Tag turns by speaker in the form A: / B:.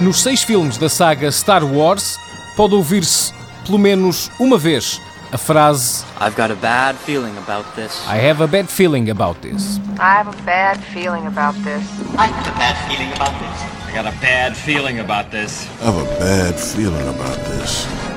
A: Nos seis filmes da saga Star Wars, pode ouvir-se, pelo menos uma vez, a frase
B: I've got a bad feeling about this.
A: I have a bad feeling about this.
C: I have a bad feeling about this.
D: I got a bad feeling about this.
E: I got a bad feeling about this.
F: I have a bad feeling about this.